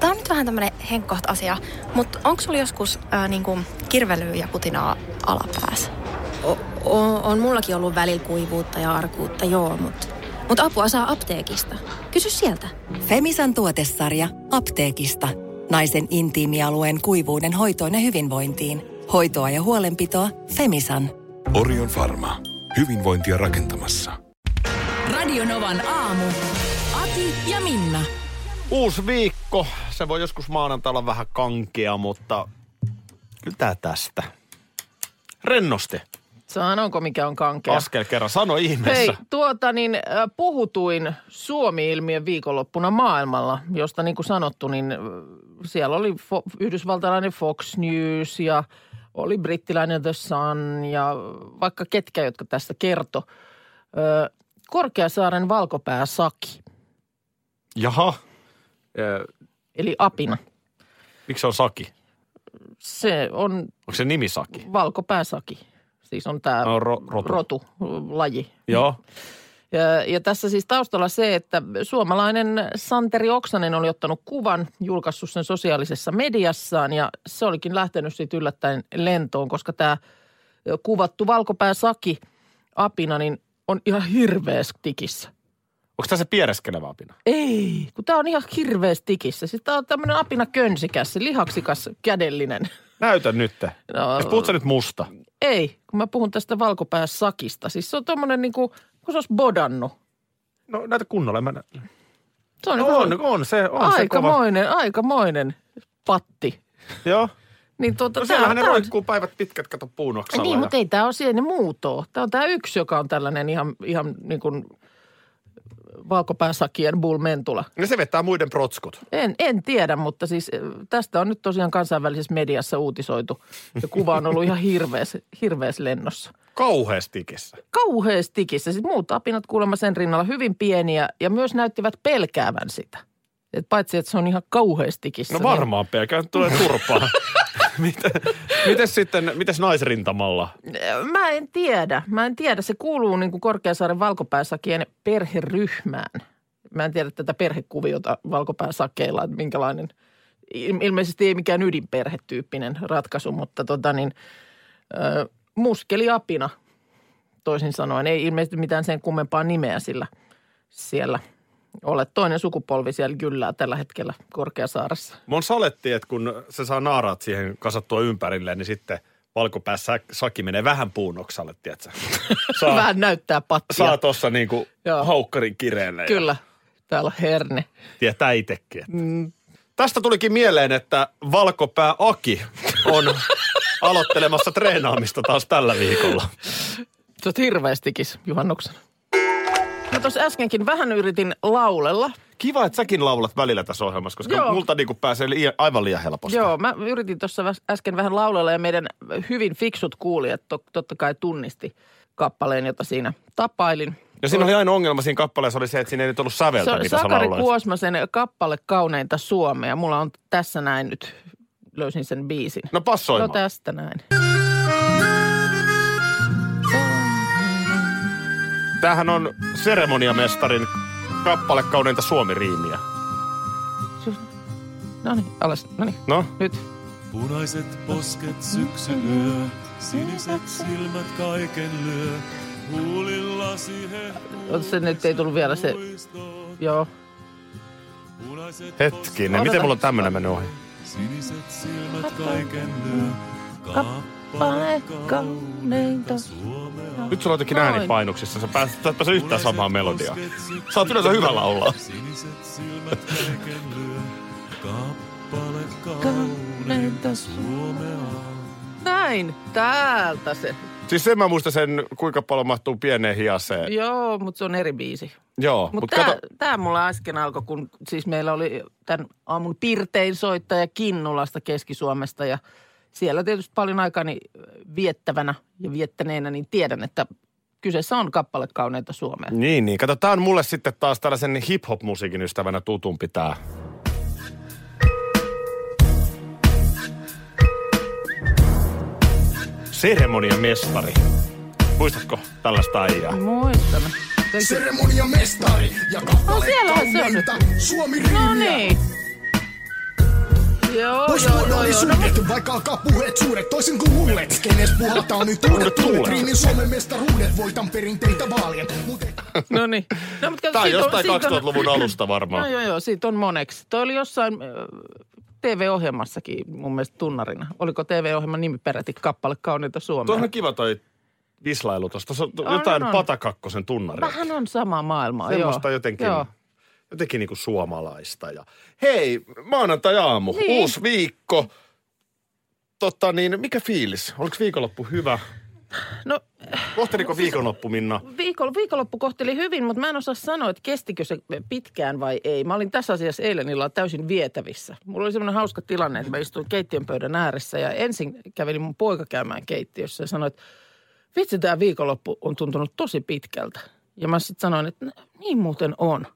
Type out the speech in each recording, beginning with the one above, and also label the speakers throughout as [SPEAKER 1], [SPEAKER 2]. [SPEAKER 1] Tämä on nyt vähän tämmöinen henkkoht asia, mutta onko sulla joskus ää, niin kuin kirvelyä ja putinaa alapäässä?
[SPEAKER 2] O- o- on mullakin ollut välillä kuivuutta ja arkuutta, joo, mutta mut apua saa apteekista. Kysy sieltä.
[SPEAKER 3] Femisan tuotesarja apteekista. Naisen intiimialueen kuivuuden hoitoon ja hyvinvointiin. Hoitoa ja huolenpitoa Femisan.
[SPEAKER 4] Orion Pharma. Hyvinvointia rakentamassa.
[SPEAKER 5] Radionovan aamu. Ati ja Minna.
[SPEAKER 6] Uusi viikko. Se voi joskus maanantaina olla vähän kankea, mutta kyllä tää tästä. Rennosti.
[SPEAKER 7] Sanonko mikä on kankea?
[SPEAKER 6] Askel kerran. Sano ihmeessä.
[SPEAKER 7] Hei, tuota niin, äh, puhutuin Suomi-ilmiön viikonloppuna maailmalla, josta niin kuin sanottu, niin äh, siellä oli fo- yhdysvaltalainen Fox News ja oli brittiläinen The Sun ja vaikka ketkä, jotka tästä kertoi. Ö, Korkeasaaren valkopää Saki,
[SPEAKER 6] Jaha. Ö,
[SPEAKER 7] eli apina.
[SPEAKER 6] Miksi se on Saki?
[SPEAKER 7] Se on
[SPEAKER 6] Onko se nimi Saki?
[SPEAKER 7] valkopääsaki. Siis on tämä
[SPEAKER 6] No, ro- rotu.
[SPEAKER 7] rotu, äh, laji.
[SPEAKER 6] Joo.
[SPEAKER 7] Ja, ja tässä siis taustalla se, että suomalainen Santeri Oksanen oli ottanut kuvan, julkaissut sen sosiaalisessa mediassaan ja se olikin lähtenyt siitä yllättäen lentoon, koska tämä kuvattu valkopääsaki apina niin on ihan hirveässä tikissä.
[SPEAKER 6] Onko tämä se piereskelevä apina?
[SPEAKER 7] Ei, kun tämä on ihan hirveässä tikissä. Siis tämä on tämmöinen apina könsikäs, se lihaksikas, kädellinen.
[SPEAKER 6] Näytä nyt.
[SPEAKER 7] No,
[SPEAKER 6] Jos puhut sä nyt musta.
[SPEAKER 7] ei, kun mä puhun tästä valkopääsakista. Siis se on tommonen niinku, kun se olisi bodannut.
[SPEAKER 6] No näytä kunnolla. en Mä... nä-
[SPEAKER 7] Se on,
[SPEAKER 6] No,
[SPEAKER 7] niinku-
[SPEAKER 6] on, on se. On se kova.
[SPEAKER 7] aikamoinen, aikamoinen patti.
[SPEAKER 6] Joo.
[SPEAKER 7] Niin tuota,
[SPEAKER 6] No
[SPEAKER 7] tää-
[SPEAKER 6] siellähän ne
[SPEAKER 7] tää on-
[SPEAKER 6] roikkuu päivät pitkät, kato puun oksalla.
[SPEAKER 7] Niin,
[SPEAKER 6] ja-
[SPEAKER 7] mutta ei tämä ole siellä ne muut oo. Tämä on tämä yksi, joka on tällainen ihan, ihan niin kuin valkopääsakien bulmentula.
[SPEAKER 6] No se vetää muiden protskut.
[SPEAKER 7] En, en tiedä, mutta siis ö, tästä on nyt tosiaan kansainvälisessä mediassa uutisoitu. Ja kuva on ollut ihan hirveäs, hirveäs lennossa.
[SPEAKER 6] Kauheasti tikissä.
[SPEAKER 7] Kauheasti tikissä. Siis muut apinat kuulemma sen rinnalla hyvin pieniä ja myös näyttivät pelkäävän sitä. Et paitsi, että se on ihan kauheasti tikissä.
[SPEAKER 6] No
[SPEAKER 7] niin-
[SPEAKER 6] varmaan pelkään, että tulee turpaa. Miten, mites sitten, mites naisrintamalla?
[SPEAKER 7] Mä en tiedä. Mä en tiedä. Se kuuluu niin kuin Korkeasaaren valkopääsakien perheryhmään. Mä en tiedä tätä perhekuviota valkopääsakeilla, että minkälainen. il- Ilmeisesti ei mikään ydinperhetyyppinen ratkaisu, mutta tota niin, ö, muskeliapina toisin sanoen. Ei ilmeisesti mitään sen kummempaa nimeä sillä siellä ole. Toinen sukupolvi siellä jyllää tällä hetkellä Korkeasaaressa.
[SPEAKER 6] Mun saletti, että kun se saa naaraat siihen kasattua ympärille, niin sitten valkopäässä saki menee vähän puunoksalle, tiedätkö? Saa,
[SPEAKER 7] Vähän näyttää pattia.
[SPEAKER 6] saa tossa niinku
[SPEAKER 7] Joo.
[SPEAKER 6] haukkarin kireelle.
[SPEAKER 7] Kyllä. Täällä on herne.
[SPEAKER 6] Ja tietää itsekin. Että.
[SPEAKER 7] Mm.
[SPEAKER 6] Tästä tulikin mieleen, että valkopää Aki on aloittelemassa treenaamista taas tällä viikolla.
[SPEAKER 7] Sä oot hirveästikis juhannuksena. No tuossa äskenkin vähän yritin laulella.
[SPEAKER 6] Kiva, että säkin laulat välillä tässä ohjelmassa, koska
[SPEAKER 7] Joo.
[SPEAKER 6] multa niinku pääsee li- aivan liian helposti.
[SPEAKER 7] Joo, mä yritin tuossa väs- äsken vähän laulella ja meidän hyvin fiksut kuulijat to- totta kai tunnisti kappaleen, jota siinä tapailin.
[SPEAKER 6] Ja siinä oli aina ongelma siinä kappaleessa oli se, että siinä ei nyt ollut säveltä,
[SPEAKER 7] Se on
[SPEAKER 6] mitä sä
[SPEAKER 7] Sakari
[SPEAKER 6] lauloit.
[SPEAKER 7] Kuosmasen kappale Kauneinta Suomea. Mulla on tässä näin nyt, löysin sen biisin.
[SPEAKER 6] No passoimaan.
[SPEAKER 7] No tästä näin.
[SPEAKER 6] Tämähän on seremoniamestarin kappale kauneinta Suomi-riimiä.
[SPEAKER 7] No niin, alas, no niin,
[SPEAKER 6] No,
[SPEAKER 7] nyt.
[SPEAKER 8] Punaiset posket syksy yö, siniset silmät kaiken lyö. Huulillasi
[SPEAKER 7] Ota
[SPEAKER 8] hehkuu
[SPEAKER 7] Se nyt ei tullut vielä se,
[SPEAKER 8] muistot.
[SPEAKER 7] joo.
[SPEAKER 8] Punaiset
[SPEAKER 6] hetkinen.
[SPEAKER 7] Odota.
[SPEAKER 6] Miten mulla on tämmönen mennyt ohi?
[SPEAKER 8] posket, siniset silmät kaiken lyö.
[SPEAKER 7] Kappale
[SPEAKER 8] Kappale
[SPEAKER 7] kauneinta
[SPEAKER 8] kauneinta Suomea.
[SPEAKER 6] Nyt sulla on jotenkin
[SPEAKER 7] Noin.
[SPEAKER 6] äänipainoksissa. Sä pääset, sä et pääse yhtään
[SPEAKER 8] Punaiset
[SPEAKER 6] samaan melodiaan.
[SPEAKER 8] posket syksy
[SPEAKER 6] Sä oot yleensä hyvä
[SPEAKER 8] yö,
[SPEAKER 6] laulaa.
[SPEAKER 8] Siniset silmät kaiken lyö. Kappale kauneinta Suomea.
[SPEAKER 7] Näin, täältä se.
[SPEAKER 6] Siis sen mä muistan sen, kuinka paljon mahtuu pieneen hiaseen.
[SPEAKER 7] Joo, mutta se on eri biisi.
[SPEAKER 6] Joo,
[SPEAKER 7] Mutta
[SPEAKER 6] mutta
[SPEAKER 7] tää,
[SPEAKER 6] kato.
[SPEAKER 7] tää mulla äsken alkoi, kun siis meillä oli tämän aamun pirtein soittaja Kinnulasta Keski-Suomesta ja siellä tietysti paljon aikani viettävänä ja viettäneenä, niin tiedän, että kyseessä on kappale kauneita Suomea.
[SPEAKER 6] Niin, niin. Kato, tää on mulle sitten taas tällaisen hip-hop-musiikin ystävänä tutumpi tää. Seremoniamestari. Muistatko tällaista aijaa?
[SPEAKER 7] No, Muistan.
[SPEAKER 9] Seremonia mestari ja kappale
[SPEAKER 7] No siellähän se on nyt.
[SPEAKER 9] kauneinta Suomi riimiä.
[SPEAKER 7] No niin. Joo,
[SPEAKER 9] Pois
[SPEAKER 7] joo, joo, joo. No,
[SPEAKER 9] luonnollisuudet, vaikka alkaa puheet suuret, toisin kuin luulet. Skenes puhaltaa nyt uudet tuulet, riimin Suomen mestaruudet, voitan perinteitä vaalien. Mut et-
[SPEAKER 7] no niin. No, mutta kato,
[SPEAKER 6] Tämä on
[SPEAKER 7] siitä
[SPEAKER 6] jostain
[SPEAKER 7] siitä
[SPEAKER 6] 2000-luvun alusta
[SPEAKER 7] No
[SPEAKER 6] varmaan.
[SPEAKER 7] joo, joo, siitä on moneksi. Toi oli jossain ö, TV-ohjelmassakin mun mielestä tunnarina. Oliko TV-ohjelman nimi peräti kappale Kauniita
[SPEAKER 6] Tuo
[SPEAKER 7] Suomea?
[SPEAKER 6] on kyllä kiva toi vislailu tuosta. Se on
[SPEAKER 7] On,
[SPEAKER 6] jotain
[SPEAKER 7] on, on.
[SPEAKER 6] patakakkosen tunnaria.
[SPEAKER 7] Vähän on samaa maailmaa,
[SPEAKER 6] Semmoista
[SPEAKER 7] joo.
[SPEAKER 6] jotenkin,
[SPEAKER 7] Joo.
[SPEAKER 6] jotenkin niin kuin suomalaista. Ja, hei, maanantai-aamu,
[SPEAKER 7] Niin.
[SPEAKER 6] uusi viikko. Totta niin, mikä fiilis? Oliko viikonloppu hyvä?
[SPEAKER 7] No
[SPEAKER 6] Kohteliko viikonloppu, Minna?
[SPEAKER 7] viikon, viikonloppu kohteli hyvin, mutta mä en osaa sanoa, että kestikö se pitkään vai ei. Mä olin tässä asiassa eilen illalla täysin vietävissä. Mulla oli semmoinen hauska tilanne, että mä istuin keittiön pöydän ääressä ja ensin kävelin mun poika käymään keittiössä ja sanoi, että vitsi tämä viikonloppu on tuntunut tosi pitkältä. Ja mä sitten sanoin, että niin muuten on.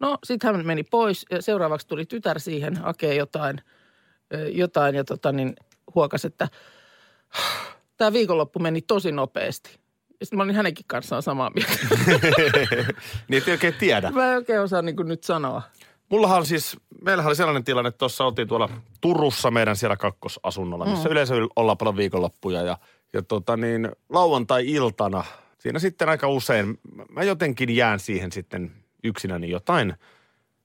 [SPEAKER 7] No sitten hän meni pois ja seuraavaksi tuli tytär siihen, hakee jotain, ö, jotain ja tota niin huokas, että tämä viikonloppu meni tosi nopeasti. Ja sitten mä olin hänenkin kanssaan samaa mieltä.
[SPEAKER 6] niin et oikein tiedä.
[SPEAKER 7] Mä en oikein osaa niin nyt sanoa.
[SPEAKER 6] Mullahan siis, meillähän oli sellainen tilanne, että tuossa oltiin tuolla Turussa meidän siellä kakkosasunnolla, missä mm. yleensä ollaan paljon viikonloppuja. Ja, ja tota niin, lauantai-iltana, siinä sitten aika usein, mä- mä jotenkin jään siihen sitten yksinäni jotain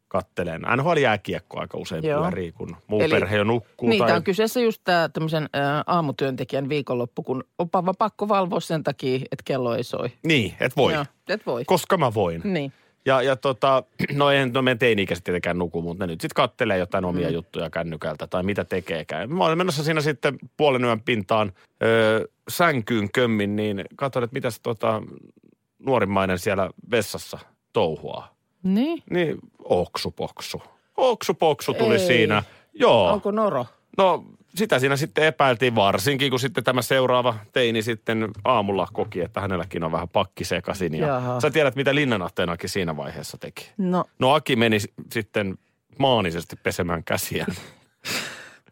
[SPEAKER 6] katteleen. NHL-jääkiekko aika usein
[SPEAKER 7] Joo.
[SPEAKER 6] pyörii, kun muu
[SPEAKER 7] Eli-
[SPEAKER 6] Eli, perhe jo nukkuu.
[SPEAKER 7] Niin,
[SPEAKER 6] tai-
[SPEAKER 7] tämä on kyseessä just tämä tämmöisen ä, aamutyöntekijän viikonloppu, kun onpa vaan pakko valvoa sen takia, että kello ei soi.
[SPEAKER 6] niin et voi.
[SPEAKER 7] Joo, et voi.
[SPEAKER 6] Koska mä voin.
[SPEAKER 7] niin.
[SPEAKER 6] Ja, ja tota, no en, no meidän teini-ikäiset tietenkään nuku, mutta ne nyt sitten kattelee jotain
[SPEAKER 7] Mm.
[SPEAKER 6] omia juttuja kännykältä tai mitä tekeekään. Mä olin menossa siinä sitten puolen yön pintaan öö, sänkyyn kömmin, niin katsoin, että mitäs tota, nuorimmainen siellä vessassa touhuaa.
[SPEAKER 7] Niin?
[SPEAKER 6] Niin oksupoksu. Oksupoksu tuli
[SPEAKER 7] Ei.
[SPEAKER 6] siinä. Joo.
[SPEAKER 7] Onko noro?
[SPEAKER 6] No sitä siinä sitten epäiltiin varsinkin, kun sitten tämä seuraava teini sitten aamulla koki, että hänelläkin on vähän pakki sekasin. Ja
[SPEAKER 7] Jaha.
[SPEAKER 6] sä tiedät, mitä Linnanahteenakin siinä vaiheessa teki.
[SPEAKER 7] No,
[SPEAKER 6] No Aki meni s- sitten maanisesti pesemään käsiään.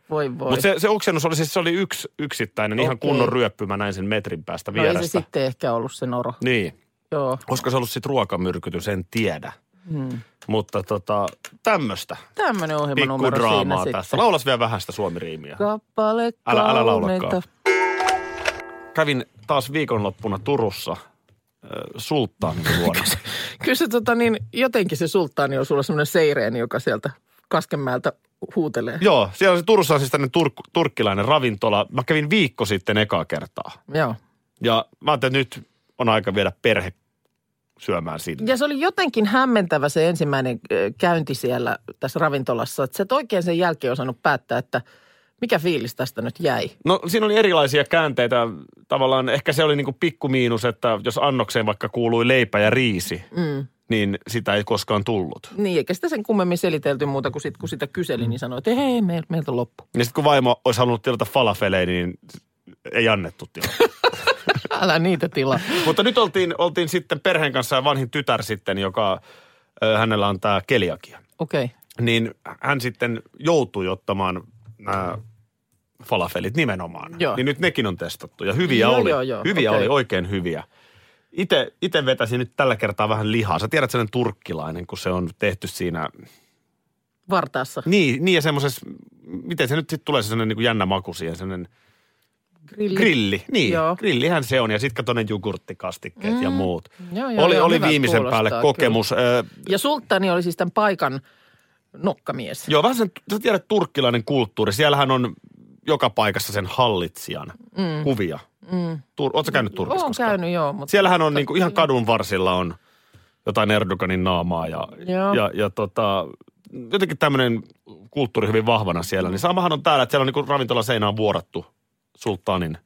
[SPEAKER 7] voi voi.
[SPEAKER 6] Mutta se, se oksennus oli siis se oli yksi yksittäinen, ihan
[SPEAKER 7] Okei.
[SPEAKER 6] kunnon ryöppy. Mä näin sen metrin päästä
[SPEAKER 7] no ei se
[SPEAKER 6] vierestä.
[SPEAKER 7] sitten ehkä ollut se noro.
[SPEAKER 6] niin.
[SPEAKER 7] Joo.
[SPEAKER 6] Olisiko se ollut sitten ruokamyrkytys, en tiedä.
[SPEAKER 7] Hmm.
[SPEAKER 6] Mutta tota, tämmöistä
[SPEAKER 7] Tämmöinen ohjelman
[SPEAKER 6] pikku
[SPEAKER 7] numero siinä
[SPEAKER 6] draamaa tässä.
[SPEAKER 7] sitten.
[SPEAKER 6] Laulas vielä vähän sitä suomiriimiä.
[SPEAKER 7] Kappale
[SPEAKER 6] Älä- älä laulakaan.
[SPEAKER 7] kauneita.
[SPEAKER 6] Kävin taas viikonloppuna Turussa äh, sulttaanin luona.
[SPEAKER 7] Kyllä se tota niin, jotenkin se sulttaani on sulla semmoinen seireeni, joka sieltä Kaskenmäeltä huutelee.
[SPEAKER 6] Joo, siellä on se Turussa on siis tämmöinen turk- turkkilainen ravintola. Mä kävin viikko sitten ekaa kertaa.
[SPEAKER 7] Joo.
[SPEAKER 6] Ja mä ajattelin, että nyt on aika viedä perhe syömään sinne.
[SPEAKER 7] Ja se oli jotenkin hämmentävä se ensimmäinen ö, käynti siellä tässä ravintolassa. Että sä et oikein sen jälkeen osannut päättää, että mikä fiilis tästä nyt jäi.
[SPEAKER 6] No siinä oli erilaisia käänteitä. Tavallaan ehkä se oli niinku pikku miinus, että jos annokseen vaikka kuului leipä ja riisi,
[SPEAKER 7] Mm.
[SPEAKER 6] niin sitä ei koskaan tullut.
[SPEAKER 7] Niin, eikä sitä sen kummemmin selitelty muuta kuin sit, kun sitä kyseli, niin sanoi, että hei, meil, meiltä on loppu.
[SPEAKER 6] Ja sitten kun vaimo olisi halunnut tilata falafelei, niin ei annettu tilaa.
[SPEAKER 7] Älä niitä tilaa.
[SPEAKER 6] Mutta nyt oltiin, oltiin sitten perheen kanssa ja vanhin tytär sitten, joka ö, hänellä on tämä keliakia.
[SPEAKER 7] Okei. Okay.
[SPEAKER 6] Niin hän sitten joutui ottamaan nämä falafelit nimenomaan.
[SPEAKER 7] Joo.
[SPEAKER 6] Niin nyt nekin on testattu ja hyviä
[SPEAKER 7] Joo,
[SPEAKER 6] oli.
[SPEAKER 7] joo, joo,
[SPEAKER 6] hyviä
[SPEAKER 7] okei.
[SPEAKER 6] oli, oikein hyviä. Ite, ite vetäisin nyt tällä kertaa vähän lihaa. Sä tiedät sellainen turkkilainen, kun se on tehty siinä.
[SPEAKER 7] Vartaassa.
[SPEAKER 6] Niin, niin ja semmoisessa, miten se nyt sitten tulee se sellainen niin kuin jännä maku siihen, sellainen
[SPEAKER 7] Grilli.
[SPEAKER 6] Grilli, niin.
[SPEAKER 7] Joo.
[SPEAKER 6] Joo. Grillihän se on ja sitten kato ne jogurttikastikkeet mm. ja muut.
[SPEAKER 7] Joo, joo,
[SPEAKER 6] oli
[SPEAKER 7] joo,
[SPEAKER 6] oli
[SPEAKER 7] hyvä
[SPEAKER 6] viimeisen
[SPEAKER 7] kuulostaa
[SPEAKER 6] päälle kokemus. Ö,
[SPEAKER 7] Ja sulttani oli siis tämän paikan nokkamies.
[SPEAKER 6] joo, vähän sen, sä tiedät turkkilainen kulttuuri. Siellähän on joka paikassa sen hallitsijan mm. kuvia. Mm. Tur, ootko käynyt Turkissa
[SPEAKER 7] Oon
[SPEAKER 6] koskaan?
[SPEAKER 7] käynyt, joo, mutta
[SPEAKER 6] Siellähän on niinku ihan kadun varsilla on jotain Erdoganin naamaa ja,
[SPEAKER 7] Joo.
[SPEAKER 6] ja, ja tota, jotenkin tämmöinen kulttuuri hyvin vahvana siellä. Niin samahan on täällä, että siellä on niinku ravintola seinään vuorattu sultaanin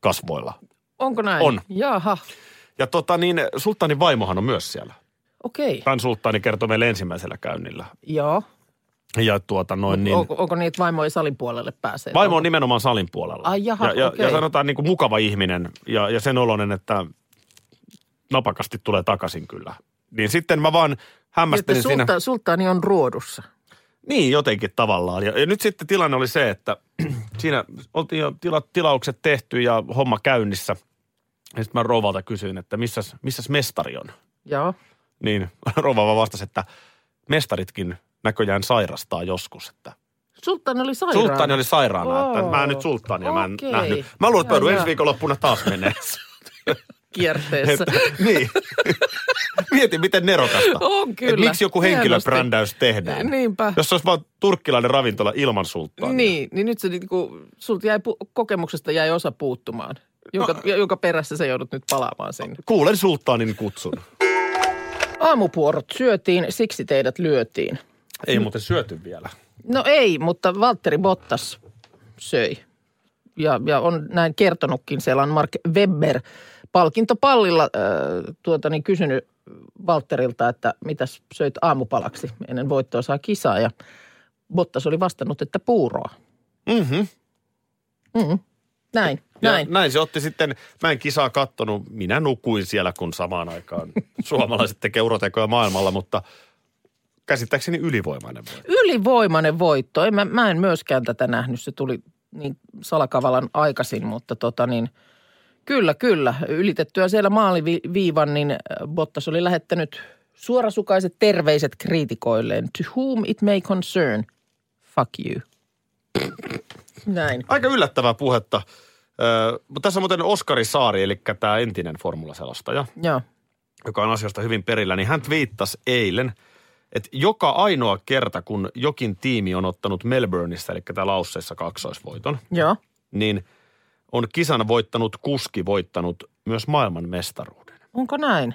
[SPEAKER 6] kasvoilla.
[SPEAKER 7] onko näin?
[SPEAKER 6] On.
[SPEAKER 7] Jaha,
[SPEAKER 6] Ja tota niin, sulttaanin vaimohan on myös siellä.
[SPEAKER 7] okei. Okay.
[SPEAKER 6] Tämän sulttaani kertoi meille ensimmäisellä käynnillä.
[SPEAKER 7] Joo.
[SPEAKER 6] Ja tuota noin niin.
[SPEAKER 7] Niin. Onko, onko niitä vaimoja salin puolelle pääsee?
[SPEAKER 6] Vaimo on nimenomaan salin puolella.
[SPEAKER 7] Ai jaha,
[SPEAKER 6] ja, ja,
[SPEAKER 7] okei.
[SPEAKER 6] ja sanotaan niin kuin mukava ihminen ja, ja sen oloinen, että napakasti tulee takaisin kyllä. Niin sitten mä vaan hämmästelin
[SPEAKER 7] Jotta
[SPEAKER 6] siinä.
[SPEAKER 7] sulta, sultaani on ruodussa.
[SPEAKER 6] Niin, jotenkin tavallaan. Ja, ja nyt sitten tilanne oli se, että siinä oltiin jo tila, tilaukset tehty ja homma käynnissä. Ja sitten mä rouvalta kysyin, että missäs, missäs mestari on?
[SPEAKER 7] Joo.
[SPEAKER 6] Niin rouva vaan vastasi, että mestaritkin näköjään sairastaa joskus, että
[SPEAKER 7] Sulttaani oli sairaana.
[SPEAKER 6] Sulttaani oli sairaana. Että
[SPEAKER 7] Oo.
[SPEAKER 6] mä en nyt sulttaania mä en
[SPEAKER 7] Okei.
[SPEAKER 6] nähnyt. Mä luulen, että
[SPEAKER 7] Joo,
[SPEAKER 6] joudun ensi
[SPEAKER 7] joo.
[SPEAKER 6] viikonloppuna taas menee.
[SPEAKER 7] kierteessä.
[SPEAKER 6] niin. Mietin, miten nerokasta.
[SPEAKER 7] On Oh, kyllä.
[SPEAKER 6] Et miksi joku henkilöbrändäys
[SPEAKER 7] Hienosti.
[SPEAKER 6] tehdään?
[SPEAKER 7] Niinpä.
[SPEAKER 6] Jos se olisi vaan turkkilainen ravintola ilman sulttaania.
[SPEAKER 7] Niin, niin nyt se niinku, sulta jäi, pu- kokemuksesta jäi osa puuttumaan, jonka, no. jonka perässä sä joudut nyt palaamaan sinne.
[SPEAKER 6] Kuulen sulttaanin kutsun.
[SPEAKER 7] Aamupuorot syötiin, siksi teidät lyötiin.
[SPEAKER 6] Ei muuten syöty vielä.
[SPEAKER 7] No ei, mutta Valtteri Bottas söi. Ja, ja on näin kertonutkin, siellä on Mark Webber palkintopallilla äh, tuota, niin kysynyt Valtterilta, että mitäs söit aamupalaksi ennen voittoisaa kisaa. Ja Bottas oli vastannut, että puuroa.
[SPEAKER 6] Mm-hmm.
[SPEAKER 7] Näin,
[SPEAKER 6] Näin.
[SPEAKER 7] näin.
[SPEAKER 6] Ja näin se otti sitten, mä en kisaa kattonut, minä nukuin siellä, kun samaan aikaan suomalaiset tekee urotekoja maailmalla, mutta käsittääkseni ylivoimainen voi.
[SPEAKER 7] Ylivoimainen voitto. En, mä, mä en myöskään tätä nähnyt. Se tuli niin salakavalan aikaisin, mutta tota niin, kyllä, kyllä. Ylitettyä siellä maaliviivan, niin äh, Bottas oli lähettänyt suorasukaiset terveiset kriitikoilleen. To whom it may concern, fuck you. Näin.
[SPEAKER 6] Aika yllättävää puhetta. Öö, mutta tässä on muuten Oskari Saari, eli tämä entinen formulaselostaja,
[SPEAKER 7] Joo.
[SPEAKER 6] joka on asiasta hyvin perillä, niin hän twiittasi eilen, että joka ainoa kerta, kun jokin tiimi on ottanut Melbourneissa, eli täällä Ausseissa kaksoisvoiton,
[SPEAKER 7] Joo.
[SPEAKER 6] niin on kisan voittanut kuski voittanut myös maailman mestaruuden.
[SPEAKER 7] Onko näin?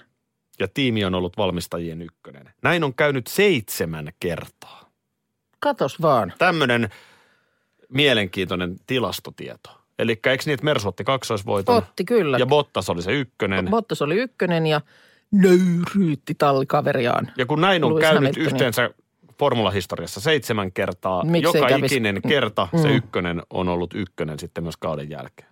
[SPEAKER 6] ja tiimi on ollut valmistajien ykkönen. Näin on käynyt seitsemän kertaa.
[SPEAKER 7] Katos vaan.
[SPEAKER 6] Tämmöinen mielenkiintoinen tilastotieto. Eli eikö niin, että Mersu otti kaksoisvoiton?
[SPEAKER 7] Otti kyllä.
[SPEAKER 6] Ja Bottas oli se ykkönen.
[SPEAKER 7] Bottas oli ykkönen ja nöyryytti tallikaveriaan.
[SPEAKER 6] ja kun näin on
[SPEAKER 7] Lewis
[SPEAKER 6] käynyt
[SPEAKER 7] Hamiltonin.
[SPEAKER 6] yhteensä formulahistoriassa seitsemän kertaa,
[SPEAKER 7] Miksei
[SPEAKER 6] joka
[SPEAKER 7] kävisi?
[SPEAKER 6] ikinen kerta mm. se
[SPEAKER 7] Mm.
[SPEAKER 6] ykkönen on ollut ykkönen sitten myös kauden jälkeen.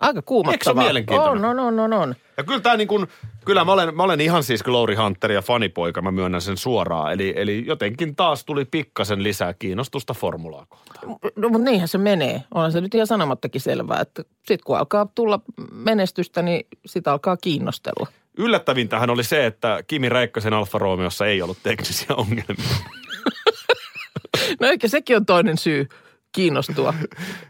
[SPEAKER 7] Aika kuumattavaa.
[SPEAKER 6] Eikö se ole mielenkiintoinen?
[SPEAKER 7] On, on, on, on, on.
[SPEAKER 6] Ja kyllä tämä niin kuin, kyllä mä olen, mä olen ihan siis Glory Hunter ja fanipoika, mä myönnän sen suoraan. Eli, eli jotenkin taas tuli pikkasen lisää kiinnostusta formulaa kohtaan.
[SPEAKER 7] No mutta niinhän se menee. Onhan se nyt ihan sanomattakin selvää, että sit kun alkaa tulla menestystä, niin sitä alkaa kiinnostella.
[SPEAKER 6] Yllättävintähän oli se, että Kimi Räikkösen Alfa Romeossa ei ollut teknisiä ongelmia.
[SPEAKER 7] No eikä sekin on toinen syy kiinnostua,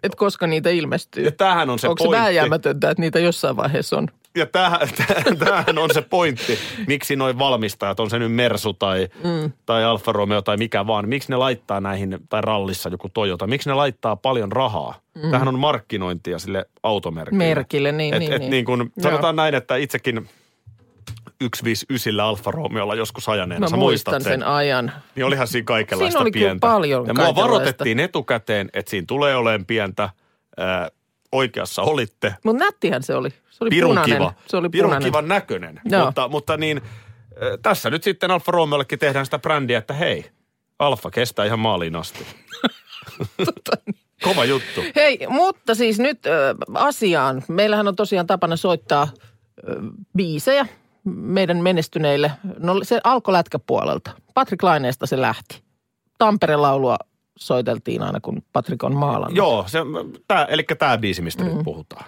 [SPEAKER 7] että koska niitä ilmestyy.
[SPEAKER 6] Ja tämähän on se
[SPEAKER 7] Onko se
[SPEAKER 6] pointti.
[SPEAKER 7] vääjäämätöntä, että niitä jossain vaiheessa on?
[SPEAKER 6] Ja tämähän, tämähän- tämähän on se pointti, miksi noin valmistajat, on se nyt Mersu tai, mm. tai Alfa Romeo tai mikä vaan, miksi ne laittaa näihin, tai rallissa joku Toyota, miksi ne laittaa paljon rahaa? Mm. Tämähän on markkinointia sille automerkille.
[SPEAKER 7] Merkille, niin,
[SPEAKER 6] et,
[SPEAKER 7] niin,
[SPEAKER 6] et
[SPEAKER 7] niin.
[SPEAKER 6] niin kun,
[SPEAKER 7] Joo.
[SPEAKER 6] sanotaan näin, että itsekin 159 Alfa Romeolla joskus ajaneena,
[SPEAKER 7] Mä
[SPEAKER 6] sä muistat
[SPEAKER 7] muistan sen ajan.
[SPEAKER 6] Niin olihan siinä kaikenlaista
[SPEAKER 7] Siinä oli kyllä
[SPEAKER 6] pientä.
[SPEAKER 7] paljon
[SPEAKER 6] ja mua
[SPEAKER 7] kaikenlaista.
[SPEAKER 6] varoitettiin etukäteen, että siinä tulee oleen pientä. Ää, oikeassa olitte.
[SPEAKER 7] Mutta nättihän se oli. Se oli
[SPEAKER 6] Pirun
[SPEAKER 7] punainen.
[SPEAKER 6] kiva.
[SPEAKER 7] Se oli
[SPEAKER 6] Pirun
[SPEAKER 7] punainen.
[SPEAKER 6] kivan näköinen.
[SPEAKER 7] Joo.
[SPEAKER 6] Mutta, mutta niin, ää, tässä nyt sitten Alfa Romeollekin tehdään sitä brändiä, että hei, Alfa kestää ihan maaliin asti.
[SPEAKER 7] niin.
[SPEAKER 6] Kova juttu.
[SPEAKER 7] Hei, mutta siis nyt ö, asiaan. Meillähän on tosiaan tapana soittaa ö, biisejä meidän menestyneille. No se alkoi lätkäpuolelta. Patrik Laineesta se lähti. Tampereen laulua soiteltiin aina, kun Patrik on maalannut.
[SPEAKER 6] Joo, se, tää, eli tämä biisi, mistä mm. nyt puhutaan.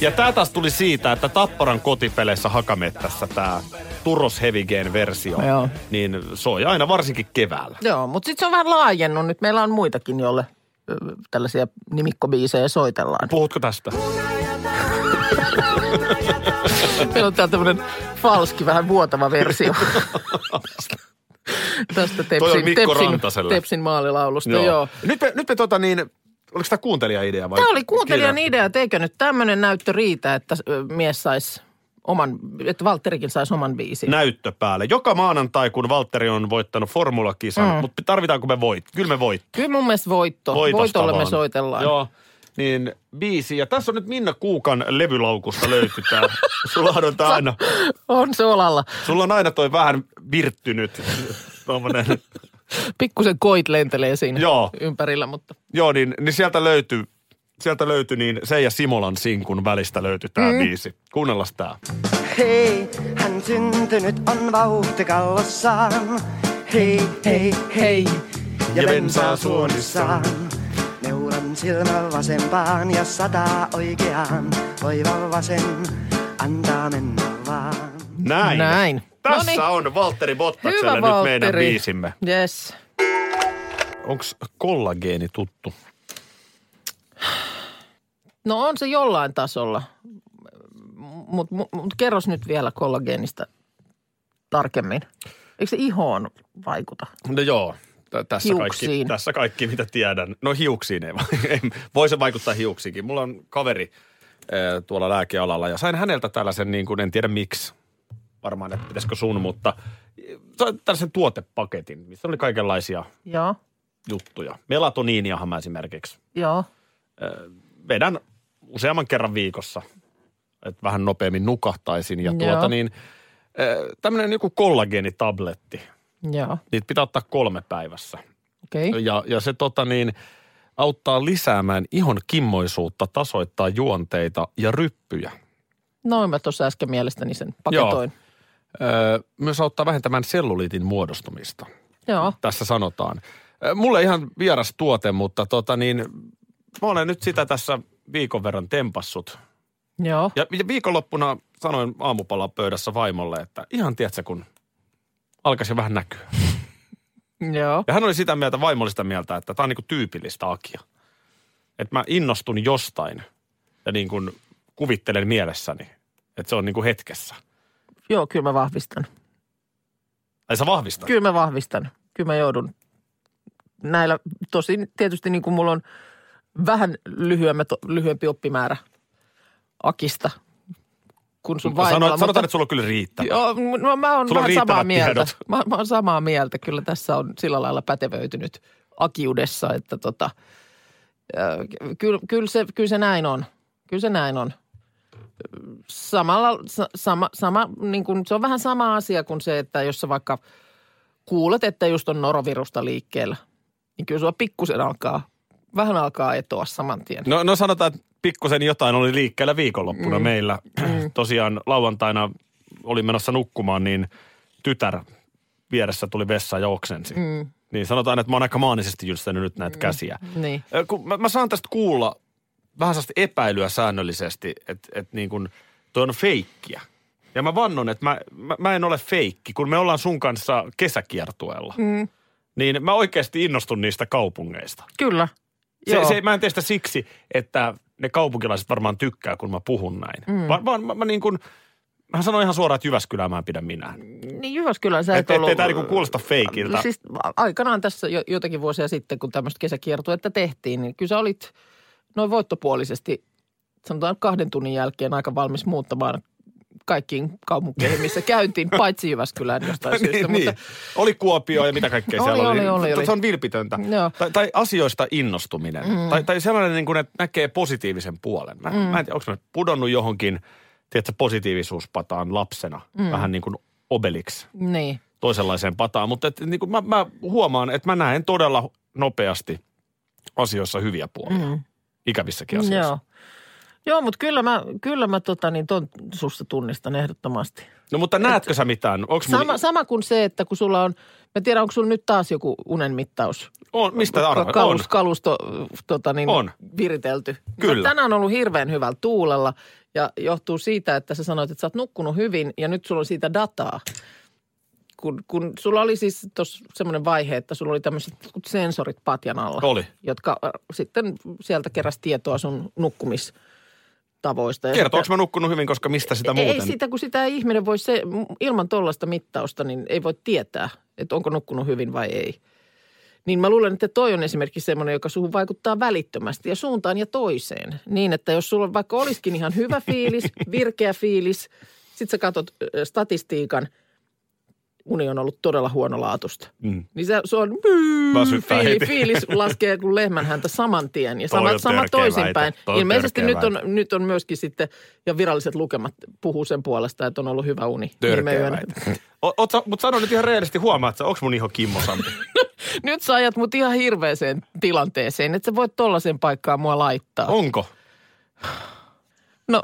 [SPEAKER 6] Ja tämä taas tuli siitä, että Tapparan kotipeleissä Hakamettässä tämä Turos Hevigen versio,
[SPEAKER 7] Joo.
[SPEAKER 6] niin soi aina varsinkin keväällä.
[SPEAKER 7] Joo, mutta sitten se on vähän laajennut. Nyt meillä on muitakin, jolle ö, tällaisia nimikkobiisejä soitellaan.
[SPEAKER 6] Puhutko tästä?
[SPEAKER 7] Meillä on täällä tämmöinen falski, vähän vuotava versio. Tästä
[SPEAKER 6] Toi on
[SPEAKER 7] Tepsin,
[SPEAKER 6] Mikko
[SPEAKER 7] tepsin,
[SPEAKER 6] Rantaselle.
[SPEAKER 7] tepsin maalilaulusta, joo. joo.
[SPEAKER 6] Nyt me, nyt me tota niin, oliko tämä kuuntelijaidea vai?
[SPEAKER 7] Tämä oli kuuntelijan
[SPEAKER 6] kirja-
[SPEAKER 7] idea, että eikö nyt tämmöinen näyttö riitä, että ö, mies saisi oman, että Valtterikin saisi oman biisin.
[SPEAKER 6] Näyttö päälle. Joka maanantai, kun Valtteri on voittanut formulakisan, mm. mutta tarvitaanko me voit? Kyllä me voit.
[SPEAKER 7] Kyllä mun mielestä voitto.
[SPEAKER 6] Voitosta
[SPEAKER 7] Voitolle me
[SPEAKER 6] vaan.
[SPEAKER 7] soitellaan.
[SPEAKER 6] Joo, niin biisi. Ja tässä on nyt Minna Kuukan levylaukusta löytyy tää. Sulla on tää aina,
[SPEAKER 7] On se olalla.
[SPEAKER 6] sulla on aina toi vähän virttynyt tommonen.
[SPEAKER 7] Pikkusen koit lentelee siinä
[SPEAKER 6] Joo.
[SPEAKER 7] ympärillä, mutta
[SPEAKER 6] Joo, niin, niin sieltä löytyy, sieltä löytyy niin Seija Simolan sinkun välistä löytyy tää mm. biisi. Kuunnellas tää.
[SPEAKER 10] Hei, hän syntynyt on vauhtikallossaan. Hei, hei, hei, ja,
[SPEAKER 6] Ja
[SPEAKER 10] ja
[SPEAKER 6] bensaa
[SPEAKER 10] bensaa suonissaan. Neulan silmällä vasempaan ja sataa oikeaan. Voiva vasen, antaa mennä vaan.
[SPEAKER 6] Näin.
[SPEAKER 7] näin.
[SPEAKER 6] Tässä
[SPEAKER 7] Noniin.
[SPEAKER 6] on Valtteri Bottakselle
[SPEAKER 7] Hyvä
[SPEAKER 6] nyt meidän
[SPEAKER 7] Valtteri.
[SPEAKER 6] biisimme.
[SPEAKER 7] Yes.
[SPEAKER 6] Onko kollageeni tuttu?
[SPEAKER 7] No on se jollain tasolla, mutta mut, mut kerros nyt vielä kollageenista tarkemmin. Eikö se ihoon vaikuta?
[SPEAKER 6] No joo. T- Tässä kaikki,
[SPEAKER 7] Hiuksiin.
[SPEAKER 6] tässä kaikki, mitä tiedän. No hiuksiin ei, va- ei. Voi se vaikuttaa hiuksiinkin. Mulla on kaveri äh, tuolla lääkealalla ja sain häneltä tällaisen, niin kuin, en tiedä miksi, varmaan, että pitäisikö sun, mutta eh, sain tällaisen tuotepaketin, missä oli kaikenlaisia
[SPEAKER 7] Joo,
[SPEAKER 6] juttuja. Melatoniiniahan mä esimerkiksi
[SPEAKER 7] joo.
[SPEAKER 6] vedän useamman kerran viikossa, että vähän nopeammin nukahtaisin. Ja
[SPEAKER 7] Joo.
[SPEAKER 6] tuota niin, tämmöinen joku kollageenitabletti,
[SPEAKER 7] Joo,
[SPEAKER 6] niitä pitää ottaa kolme päivässä.
[SPEAKER 7] okei. Okay.
[SPEAKER 6] Ja, ja se tota niin, auttaa lisäämään ihon kimmoisuutta, tasoittaa juonteita ja ryppyjä.
[SPEAKER 7] Noin mä tuossa äsken mielestäni sen paketoin.
[SPEAKER 6] Öö, myös auttaa vähentämään selluliitin muodostumista,
[SPEAKER 7] Joo, joo.
[SPEAKER 6] tässä sanotaan. Öö, mulle ihan vieras tuote, mutta tota niin, mä olen nyt sitä tässä viikon verran tempassut.
[SPEAKER 7] joo.
[SPEAKER 6] Ja ja viikonloppuna sanoin aamupalapöydässä vaimolle, että ihan tiedätkö, kun alkaisi jo vähän näkyä.
[SPEAKER 7] Joo,
[SPEAKER 6] Ja hän oli sitä mieltä, vaimo oli sitä mieltä, että tämä on niinku tyypillistä akia. Että mä innostun jostain ja niin kuin kuvittelen mielessäni, että se on niinku hetkessä.
[SPEAKER 7] joo, kyllä mä vahvistan.
[SPEAKER 6] Ai sä vahvistat?
[SPEAKER 7] Kyllä mä vahvistan. Kyllä mä joudun näillä. Tosin tietysti niin kuin mulla on vähän lyhyemmät, lyhyempi oppimäärä akista kuin sun vaimolla.
[SPEAKER 6] Sano,
[SPEAKER 7] mutta-
[SPEAKER 6] sanotaan, että sulla on kyllä riittävä.
[SPEAKER 7] Joo, no mä oon
[SPEAKER 6] Sulla on
[SPEAKER 7] vähän samaa
[SPEAKER 6] riittävät
[SPEAKER 7] mieltä.
[SPEAKER 6] tiedot.
[SPEAKER 7] Mä, mä oon samaa mieltä. Kyllä tässä on sillä lailla pätevöitynyt akiudessa, että tota, ö, kyllä, kyllä, se, kyllä se näin on. Kyllä se näin on. Samalla, sa- sama, sama, niin kuin, se on vähän sama asia kuin se, että jos sä vaikka kuulet, että just on norovirusta liikkeellä, niin kyllä sua pikkusen alkaa, vähän alkaa etoa saman tien.
[SPEAKER 6] No, no sanotaan, että pikkusen jotain oli liikkeellä viikonloppuna mm. meillä. Tosiaan lauantaina olin menossa nukkumaan, niin tytär vieressä tuli vessaan ja oksensi. Mm. Niin sanotaan, että mä oon aika maanisesti jylstänyt nyt näitä mm. käsiä.
[SPEAKER 7] Niin.
[SPEAKER 6] Ö, Kun mä, mä saan tästä kuulla vähän sellaista epäilyä säännöllisesti, että et niin kuin toi on feikkiä. Ja mä vannon, että mä, mä, mä en ole feikki, kun me ollaan sun kanssa kesäkiertueella. Mm. Niin mä oikeasti innostun niistä kaupungeista.
[SPEAKER 7] Kyllä.
[SPEAKER 6] Se,
[SPEAKER 7] Joo.
[SPEAKER 6] se, mä en tee sitä siksi, että ne kaupunkilaiset varmaan tykkää, kun mä puhun näin. Mm. Vaan, vaan mä, mä niin kuin, mä sanon ihan suoraan, että Jyväskylää mä en pidä minä.
[SPEAKER 7] Niin Jyväskylän sä et,
[SPEAKER 6] Että
[SPEAKER 7] ollut...
[SPEAKER 6] et, et, niinku kuulosta feikiltä. Siis...
[SPEAKER 7] Siis aikanaan tässä jo, jotakin vuosia sitten, kun tämmöistä kesäkiertuetta tehtiin, niin kyllä sä olit noin voittopuolisesti, sanotaan kahden tunnin jälkeen, aika valmis muuttamaan kaikkiin kaupunkeihin, missä käytiin, paitsi Jyväskylään jostain syystä.
[SPEAKER 6] niin,
[SPEAKER 7] mutta
[SPEAKER 6] niin. Oli Kuopio ja mitä kaikkea
[SPEAKER 7] Oli,
[SPEAKER 6] siellä oli.
[SPEAKER 7] oli, oli, oli.
[SPEAKER 6] Se on vilpitöntä.
[SPEAKER 7] Joo.
[SPEAKER 6] Tai, tai asioista innostuminen. Mm. Tai, tai sellainen, niin kuin, että näkee positiivisen puolen. Mä, mm. mä en tiedä, onko mä pudonnut johonkin, tiedätkö, positiivisuuspataan lapsena. Mm. Vähän niin kuin obeliksi.
[SPEAKER 7] Niin,
[SPEAKER 6] toisenlaiseen pataan. Mutta et, niin kuin mä, mä huomaan, että mä näen todella nopeasti asioissa hyviä puolia. Mm. Ikävissäkin asioissa.
[SPEAKER 7] joo. Joo, mutta kyllä mä, kyllä mä tota, niin ton susta tunnistan ehdottomasti.
[SPEAKER 6] No mutta näetkö sä mitään? Onks mun,
[SPEAKER 7] Sama, sama kuin se, että kun sulla on, mä tiedän, onko sulla nyt taas joku unenmittaus
[SPEAKER 6] on, mistä arvaat? On.
[SPEAKER 7] kalus, kalusto äh, tota niin,
[SPEAKER 6] On.
[SPEAKER 7] viritelty.
[SPEAKER 6] Kyllä.
[SPEAKER 7] Sä tänään on ollut hirveän hyvällä tuulella ja johtuu siitä, että sä sanoit, että sä oot nukkunut hyvin ja nyt sulla on siitä dataa. Kun, kun sulla oli siis tuossa semmoinen vaihe, että sulla oli tämmöiset jotkut sensorit patjan alla.
[SPEAKER 6] Oli.
[SPEAKER 7] Jotka äh, sitten sieltä keräsi tietoa sun nukkumistavoista. ja
[SPEAKER 6] Kerto,
[SPEAKER 7] sitten-
[SPEAKER 6] onko mä nukkunut hyvin, koska mistä sitä
[SPEAKER 7] ei,
[SPEAKER 6] muuten?
[SPEAKER 7] ei sitä, kun sitä ei ihminen voi se, ilman tuollaista mittausta, niin ei voi tietää, että onko nukkunut hyvin vai ei. Niin mä luulen, että toi on esimerkiksi semmoinen, joka suhun vaikuttaa välittömästi ja suuntaan ja toiseen. Niin, että jos sulla vaikka olisikin ihan hyvä fiilis, virkeä fiilis, sit sä katot ö, statistiikan, uni on ollut todella huonolaatusta.
[SPEAKER 6] Mm.
[SPEAKER 7] Niin se, se on
[SPEAKER 6] Väsyttää
[SPEAKER 7] fiili,
[SPEAKER 6] heti.
[SPEAKER 7] fiilis laskee kuin lehmän häntä saman tien ja
[SPEAKER 6] Toi
[SPEAKER 7] sama,
[SPEAKER 6] on
[SPEAKER 7] sama
[SPEAKER 6] törkeä
[SPEAKER 7] toisinpäin.
[SPEAKER 6] väite. Toi on
[SPEAKER 7] Ilmeisesti
[SPEAKER 6] törkeä
[SPEAKER 7] nyt on, No, nyt on myöskin sitten, ja viralliset lukemat puhuu sen puolesta, että on ollut hyvä uni. Niin viime
[SPEAKER 6] Törkeä
[SPEAKER 7] yönä.
[SPEAKER 6] väite. O- oot sä- Mut sano nyt ihan rehellisesti huomaa, että onko mun iho kimmosampi?
[SPEAKER 7] Nyt sä ajat mut ihan hirveeseen tilanteeseen, että sä voit tollaiseen paikkaan mua laittaa.
[SPEAKER 6] Onko?
[SPEAKER 7] No,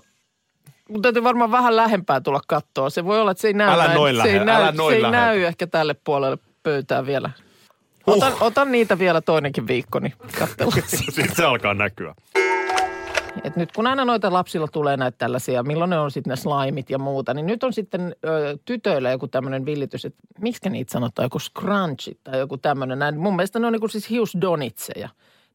[SPEAKER 7] mutta täytyy varmaan vähän lähempää tulla kattoa. Se voi olla, että se ei näy.
[SPEAKER 6] Älä
[SPEAKER 7] näin-
[SPEAKER 6] noin
[SPEAKER 7] se ei
[SPEAKER 6] lähe,
[SPEAKER 7] näy,
[SPEAKER 6] älä noin
[SPEAKER 7] se ei
[SPEAKER 6] lähe.
[SPEAKER 7] näy ehkä tälle puolelle pöytää vielä. Otan, otan niitä vielä toinenkin viikko, niin katsellaan.
[SPEAKER 6] Sitten se alkaa näkyä.
[SPEAKER 7] Et nyt kun aina noita lapsilla tulee näitä tällaisia, milloin ne on sitten ne slaimit ja muuta, niin nyt on sitten ö, tytöillä joku tämmöinen villitys, että miksi niitä sanotaan, joku scrunchit tai joku tämmöinen. Näin. Mun mielestä ne on niinku siis hiusdonitseja.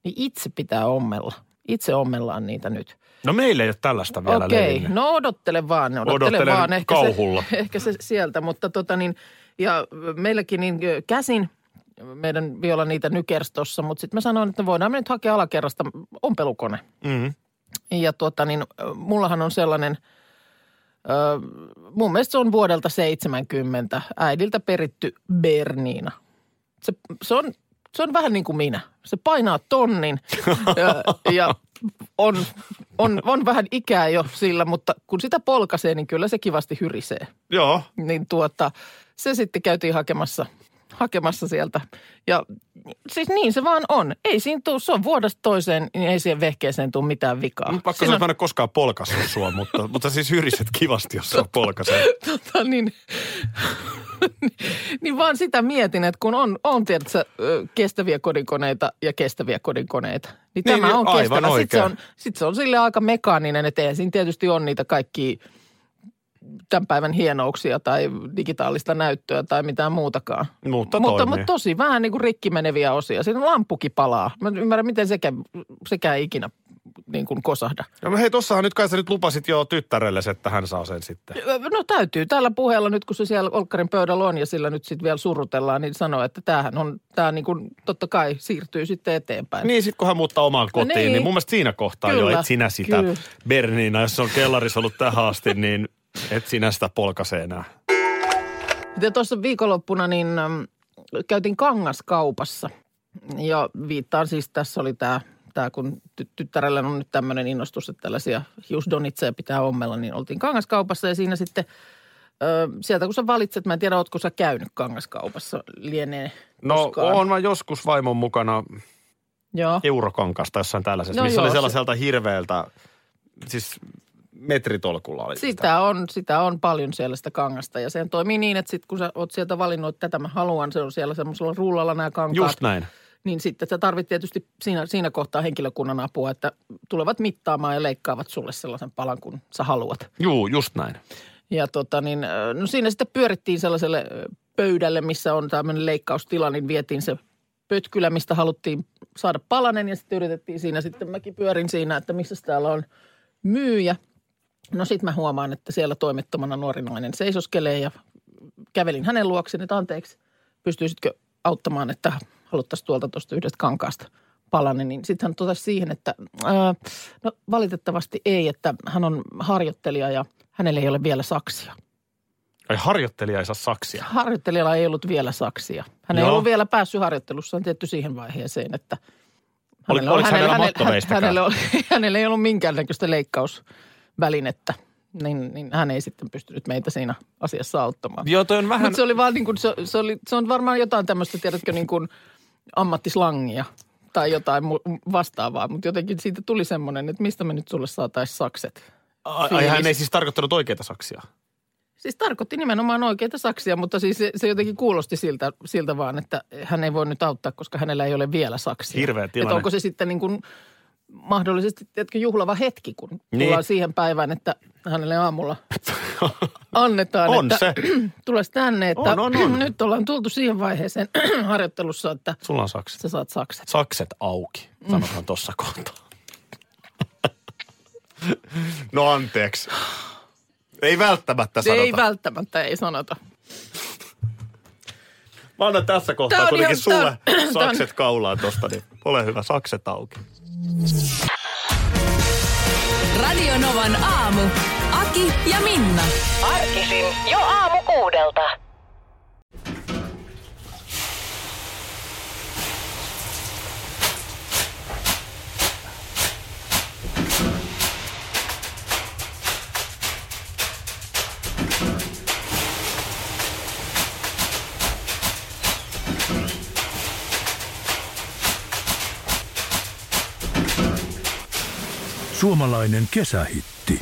[SPEAKER 7] Niin itse pitää ommella. Itse ommellaan niitä nyt.
[SPEAKER 6] No meillä ei ole tällaista vielä
[SPEAKER 7] Okei,
[SPEAKER 6] levinnyt.
[SPEAKER 7] no odottele vaan, odottele
[SPEAKER 6] Odottelen
[SPEAKER 7] vaan. Ehkä
[SPEAKER 6] kauhulla.
[SPEAKER 7] Se, ehkä se sieltä, mutta tota niin, ja meilläkin niin ö, käsin, meidän viola niitä nykers tossa, mutta sitten mä sanoin, että voidaan me nyt hakea alakerrasta ompelukone.
[SPEAKER 6] Mm.
[SPEAKER 7] Ja tuota niin, ö, mullahan on sellainen, ö, mun mielestä se on vuodelta 70, äidiltä peritty Berniina. Se, se, on, se on vähän niin kuin minä. Se painaa tonnin ö, ja on, on, on vähän ikää jo sillä, mutta kun sitä polkaisee, niin kyllä se kivasti hyrisee.
[SPEAKER 6] Joo.
[SPEAKER 7] Niin tuota, se sitten käytiin hakemassa, hakemassa sieltä. Ja siis niin se vaan on. Ei siinä tuu, se on vuodesta toiseen, niin ei siihen vehkeeseen tule mitään vikaa.
[SPEAKER 6] Pakko
[SPEAKER 7] Siinä
[SPEAKER 6] sanoa, että mä en ole koskaan polkassut sua, mutta, mutta siis hyriset kivasti, jos sä polkaset.
[SPEAKER 7] tota, niin, niin vaan sitä mietin, että kun on, on tiedätkö, ö, kestäviä kodinkoneita ja kestäviä kodinkoneita, niin,
[SPEAKER 6] Niin,
[SPEAKER 7] tämä
[SPEAKER 6] niin,
[SPEAKER 7] on
[SPEAKER 6] aivan
[SPEAKER 7] kestävä. Sitten se on,
[SPEAKER 6] oikein.
[SPEAKER 7] sit se on sille aika mekaaninen, että eihän siinä tietysti on niitä kaikki tämän päivän hienouksia tai digitaalista näyttöä tai mitään muutakaan.
[SPEAKER 6] Mutta
[SPEAKER 7] mutta,
[SPEAKER 6] toimii.
[SPEAKER 7] mutta tosi vähän niin kuin rikki meneviä osia. Siinä lampukin palaa. Mä en ymmärrä, miten sekä, sekä ei ikinä niin kuin kosahda.
[SPEAKER 6] No hei, tossahan nyt kai sä nyt lupasit jo tyttärelle, että hän saa sen sitten.
[SPEAKER 7] No täytyy. Tällä puheella nyt, kun se siellä Olkkarin pöydällä on ja sillä nyt sitten vielä surutellaan, niin sanoo, että tämähän on, tämä niin kuin totta kai siirtyy sitten eteenpäin.
[SPEAKER 6] Niin, sit kun hän muuttaa omaan kotiin, niin,
[SPEAKER 7] niin.
[SPEAKER 6] mun mielestä siinä kohtaa
[SPEAKER 7] Kyllä,
[SPEAKER 6] jo, et sinä sitä
[SPEAKER 7] kyllä.
[SPEAKER 6] Berniina, jos se on kellarissa ollut tähän asti, niin et sinä sitä polkase enää.
[SPEAKER 7] Ja tuossa viikonloppuna niin äm, käytiin kangaskaupassa ja viittaan siis, tässä oli tämä, tää kun ty- tyttärellä on nyt tämmöinen innostus, että tällaisia hiusdonitseja pitää ommella, niin oltiin kangaskaupassa ja siinä sitten ö, sieltä kun sä valitset, mä en tiedä, ootko sä käynyt kangaskaupassa, lienee
[SPEAKER 6] No,
[SPEAKER 7] koskaan.
[SPEAKER 6] on mä joskus vaimon mukana
[SPEAKER 7] Joo.
[SPEAKER 6] eurokankasta jossain tällaisessa, no
[SPEAKER 7] No
[SPEAKER 6] missä joo,
[SPEAKER 7] joo,
[SPEAKER 6] oli
[SPEAKER 7] se-
[SPEAKER 6] sellaiselta se... hirveältä, siis metritolkulla oli
[SPEAKER 7] Sitä on, sitä on paljon siellä sitä kangasta ja se toimii niin, että sit kun sä oot sieltä valinnut, että tätä mä haluan, se on siellä semmoisella rullalla nämä kankaat.
[SPEAKER 6] Just näin.
[SPEAKER 7] Niin sitten sä tarvit tietysti siinä, siinä kohtaa henkilökunnan apua, että tulevat mittaamaan ja leikkaavat sulle sellaisen palan, kun sä haluat.
[SPEAKER 6] Juu, just näin.
[SPEAKER 7] Ja tota niin, ö, no siinä sitten pyörittiin sellaiselle ö, pöydälle, missä on tämmöinen leikkaustila, niin vietiin se pötkylä, mistä haluttiin saada palanen ja sitten yritettiin siinä. Sitten mäkin pyörin siinä, että missä täällä on myyjä. No sitten mä huomaan, että siellä toimettomana nuori nainen seisoskelee ja kävelin hänen luokseen, että anteeksi, pystyisitkö auttamaan, että haluttaisiin tuolta tuosta yhdestä kankaasta palanen. Niin sitten hän totesi siihen, että ää, no valitettavasti ei, että hän on harjoittelija ja hänellä ei ole vielä saksia.
[SPEAKER 6] Ai harjoittelija ei saa saksia.
[SPEAKER 7] Harjoittelijalla ei ollut vielä saksia. Hän Joo. ei
[SPEAKER 6] Joo.
[SPEAKER 7] ollut vielä päässyt harjoittelussaan tietty siihen vaiheeseen, että
[SPEAKER 6] Oli-
[SPEAKER 7] on-
[SPEAKER 6] oliko hänellä
[SPEAKER 7] hänellä,
[SPEAKER 6] mattoveistäkään?
[SPEAKER 7] hänellä, oli, hänellä ei ollut minkäännäköistä leikkausvälinettä. Niin, niin hän ei sitten pystynyt meitä siinä asiassa auttamaan.
[SPEAKER 6] Joo, toi on vähän...
[SPEAKER 7] Mutta se oli vaan niin kuin, se, se, oli, se on varmaan jotain tämmöistä, tiedätkö, niin kuin ammattislangia tai jotain mu- vastaavaa. Mutta jotenkin siitä tuli semmoinen, että mistä me nyt sulle saataisiin sakset.
[SPEAKER 6] Ai, ai,
[SPEAKER 7] fiilis.
[SPEAKER 6] hän ei siis tarkoittanut oikeita saksia.
[SPEAKER 7] Siis tarkoitti nimenomaan oikeita saksia, mutta siis se, se jotenkin kuulosti siltä, siltä vaan, että hän ei voi nyt auttaa, koska hänellä ei ole vielä saksia.
[SPEAKER 6] Hirveä tilanne.
[SPEAKER 7] Että onko se sitten niin kuin mahdollisesti, tiedätkö, juhlava hetki, kun
[SPEAKER 6] Niin.
[SPEAKER 7] niin. tullaan siihen päivään, että hänelle aamulla annetaan.
[SPEAKER 6] On
[SPEAKER 7] että,
[SPEAKER 6] se.
[SPEAKER 7] Tule tänne, että
[SPEAKER 6] On, on, on.
[SPEAKER 7] nyt ollaan tultu siihen vaiheeseen harjoittelussa, että
[SPEAKER 6] Sulla on sakset.
[SPEAKER 7] sä saat sakset.
[SPEAKER 6] Sakset auki, sanotaan tossa kohtaa. No anteeksi. Ei välttämättä sanota.
[SPEAKER 7] Ei välttämättä, ei sanota.
[SPEAKER 6] Mä annan tässä
[SPEAKER 7] Tää
[SPEAKER 6] kohtaa
[SPEAKER 7] on
[SPEAKER 6] kuitenkin
[SPEAKER 7] ihan-
[SPEAKER 6] sulle
[SPEAKER 7] tää on- tää
[SPEAKER 6] sakset kaulaan tosta, niin ole hyvä, sakset auki.
[SPEAKER 5] Radio Novan aamu. Aki ja Minna.
[SPEAKER 11] Arkisin jo aamu kuudelta.
[SPEAKER 12] Suomalainen kesähitti.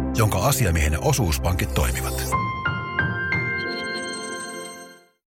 [SPEAKER 13] jonka asiamiehen osuuspankit toimivat.